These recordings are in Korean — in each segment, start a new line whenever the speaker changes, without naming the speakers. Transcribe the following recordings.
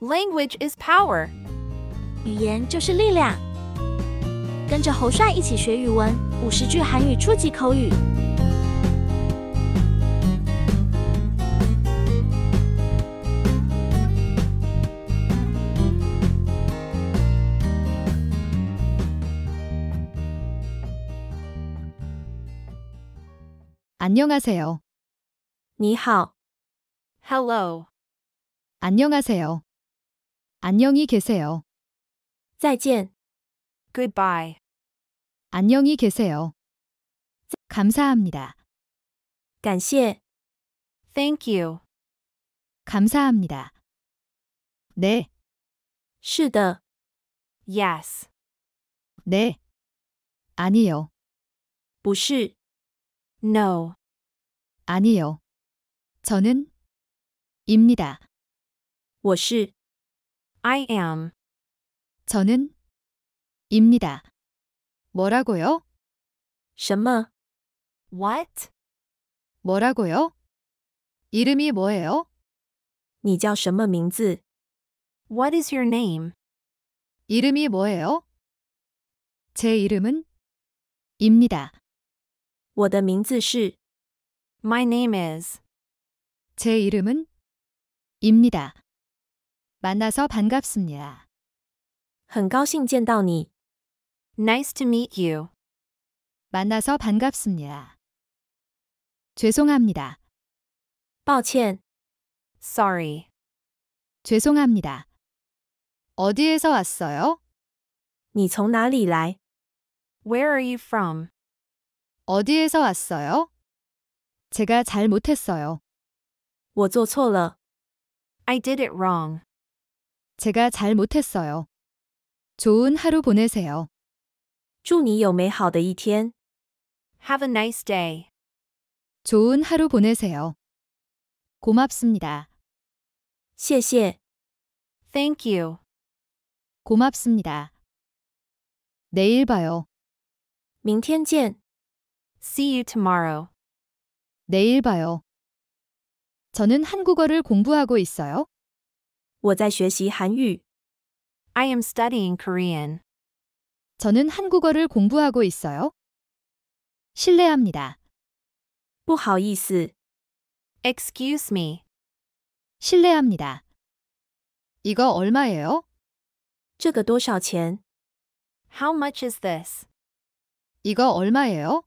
Language is power.
语言就是力量。跟着侯帅一起学语文，五十句韩语初级口语。
안녕하세요.
你好. Hello.
안녕하세요. 안녕히 계세요.
再见，
Goodbye.
안녕히 계세요. 감사합니다.
感谢，
Thank you.
감사합니다. 네,
是的，
Yes.
네. 아니요,
不是，
No.
아니요. 저는 입니다.
我是，
I am.
저는 입니다. 뭐라고요?
什么？
What?
뭐라고요? 이름이 뭐예요?
你叫什么名字？
What is your name?
이름이 뭐예요? 제 이름은 입니다.
我的名字是，
My name is.
제 이름은 입니다. 만나서 반갑습니다.
很高兴见到你，
Nice to meet you.
만나서 반갑습니다. 죄송합니다.
抱歉，
Sorry.
죄송합니다. 어디에서 왔어요?
你从哪里来？
Where are you from?
어디에서 왔어요? 제가 잘 못했어요.
我做错了，
I did it wrong.
제가 잘 못했어요. 좋은 하루 보내세요.
祝你有美好的一天，
Have a nice day.
좋은 하루 보내세요. 고맙습니다.
谢谢，
Thank you.
고맙습니다. 내일 봐요.
明天见。
See you tomorrow.
내일 봐요. 저는 한국어를 공부하고 있어요.
我在学习韩语，
I am studying Korean.
저는 한국어를 공부하고 있어요. 실례합니다.
不好意思，
Excuse me.
실례합니다. 이거 얼마예요?
这个多少钱？
How much is this?
이거 얼마예요?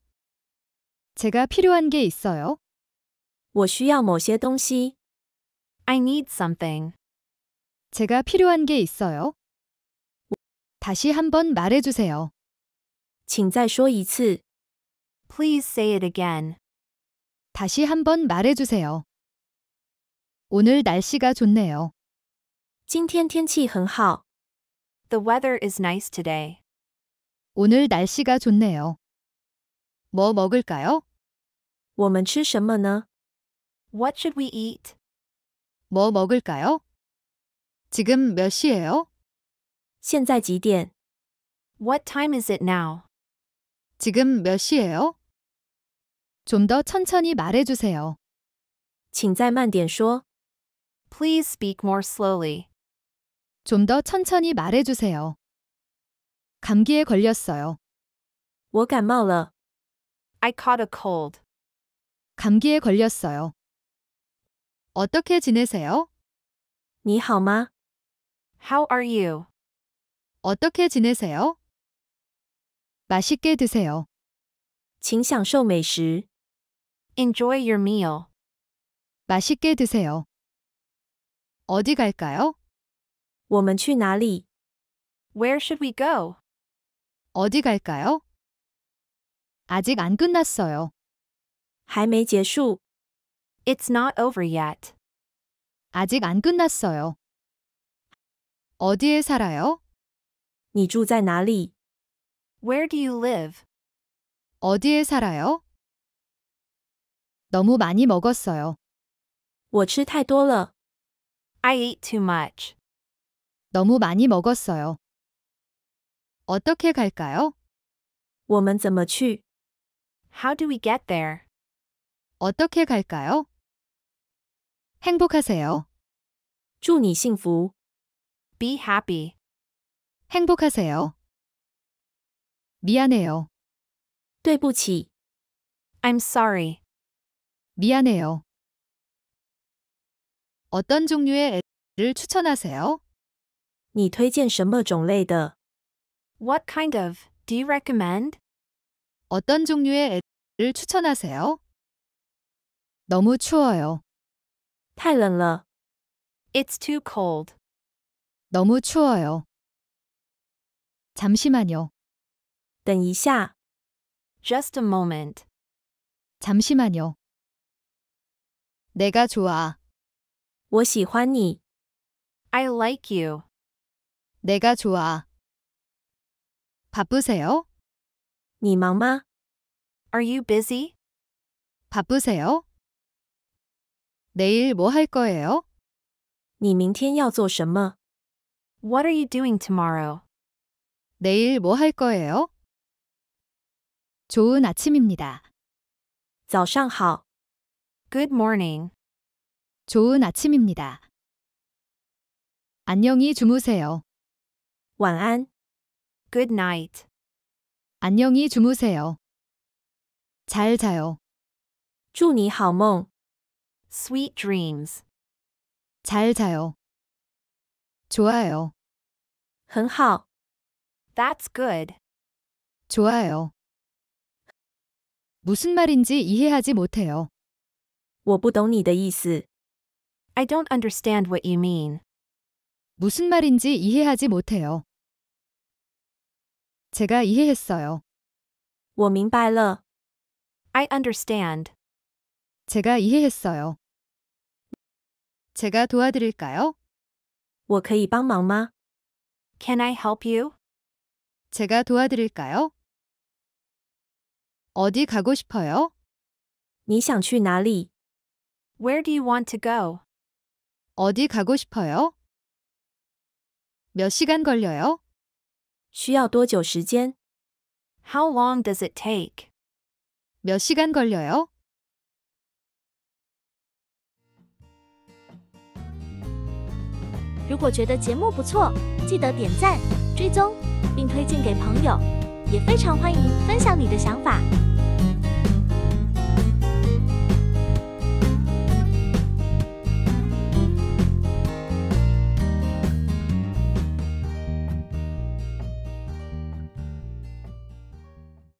제가 필요한 게 있어요.
我需要某些东西，
I need something.
제가 필요한 게 있어요. 다시 한번 말해주세요.
请再说一次。
Please say it again.
다시 한번 말해주세요. 오늘 날씨가 좋네요.
今天天气很好，
The weather is nice today.
오늘 날씨가 좋네요. 뭐 먹을까요?
我们吃什么呢？
What should we eat?
뭐 먹을까요? 지금 몇 시예요?
现在几点？
What time is it now?
지금 몇 시예요? 좀 더 천천히 말해주세요.
请再慢点说。
Please speak more slowly.
좀 더 천천히 말해주세요. 감기에 걸렸어요.
我感冒了，
I caught a cold.
감기에 걸렸어요. 어떻게 지내세요?
你好吗？
How are you?
어떻게 지내세요? 맛있게 드세요.
请享受美食，
Enjoy your meal.
맛있게 드세요. 어디 갈까요?
我们去哪里？
Where should we go?
어디 갈까요? 아직 안 끝났어요.
还没结束，
It's not over yet.
아직 안 끝났어요. 어디에 살아요?
你住在哪里？
Where do you live?
어디에 살아요? 너무 많이 먹었어요.
我吃太多了，
I ate too much.
너무 많이 먹었어요. 어떻게 갈까요?
我们怎么去？
How do we get there?
어떻게 갈까요? 행복하세요.
祝你幸福。
Be happy.
행복하세요. 미안해요.
对不起，
I'm sorry.
미안해요. 어떤 종류의 앱을 추천하세요?
你推荐什么种类的？
What kind of do you recommend?
어떤 종류의 앱을 추천하세요? 너무 추워요.
太冷了，
It's too cold.
너무 추워요. 잠시만요.
等一下，
Just a moment.
잠시만요. 내가 좋아.
我喜欢你，
I like you.
내가 좋아. 바쁘세요?
你忙吗？
Are you busy?
바쁘세요? 내일 뭐 할 거예요?
你明天要做什么？
What are you doing tomorrow?
내일 뭐 할 거예요? 좋은 아침입니다.
早上好，
Good morning.
좋은 아침입니다. 안녕히 주무세요.
晚安，
Good night.
안녕히 주무세요. 잘 자요.
祝你好梦，
Sweet dreams.
잘 자요. 좋아요.
很好，
That's good.
좋아요. 무슨 말인지 이해하지 못해요.
我不懂你的意思，
I don't understand what you mean.
무슨 말인지 이해하지 못해요. 제가 이해했어요.
我明白了，
I understand.
제가 이해했어요. 제가 도와드릴까요?
我可以帮忙吗？
Can I help you?
제가 도와드릴까요? 어디 가고 싶어요?
你想去哪里？
Where do you want to go?
어디 가고 싶어요? 몇 시간 걸려요?
需要多久时间？
How long does it take?
몇 시간 걸려요?
如果觉得节目不错，记得点赞、追踪，并推荐给朋友，也非常欢迎分享你的想法。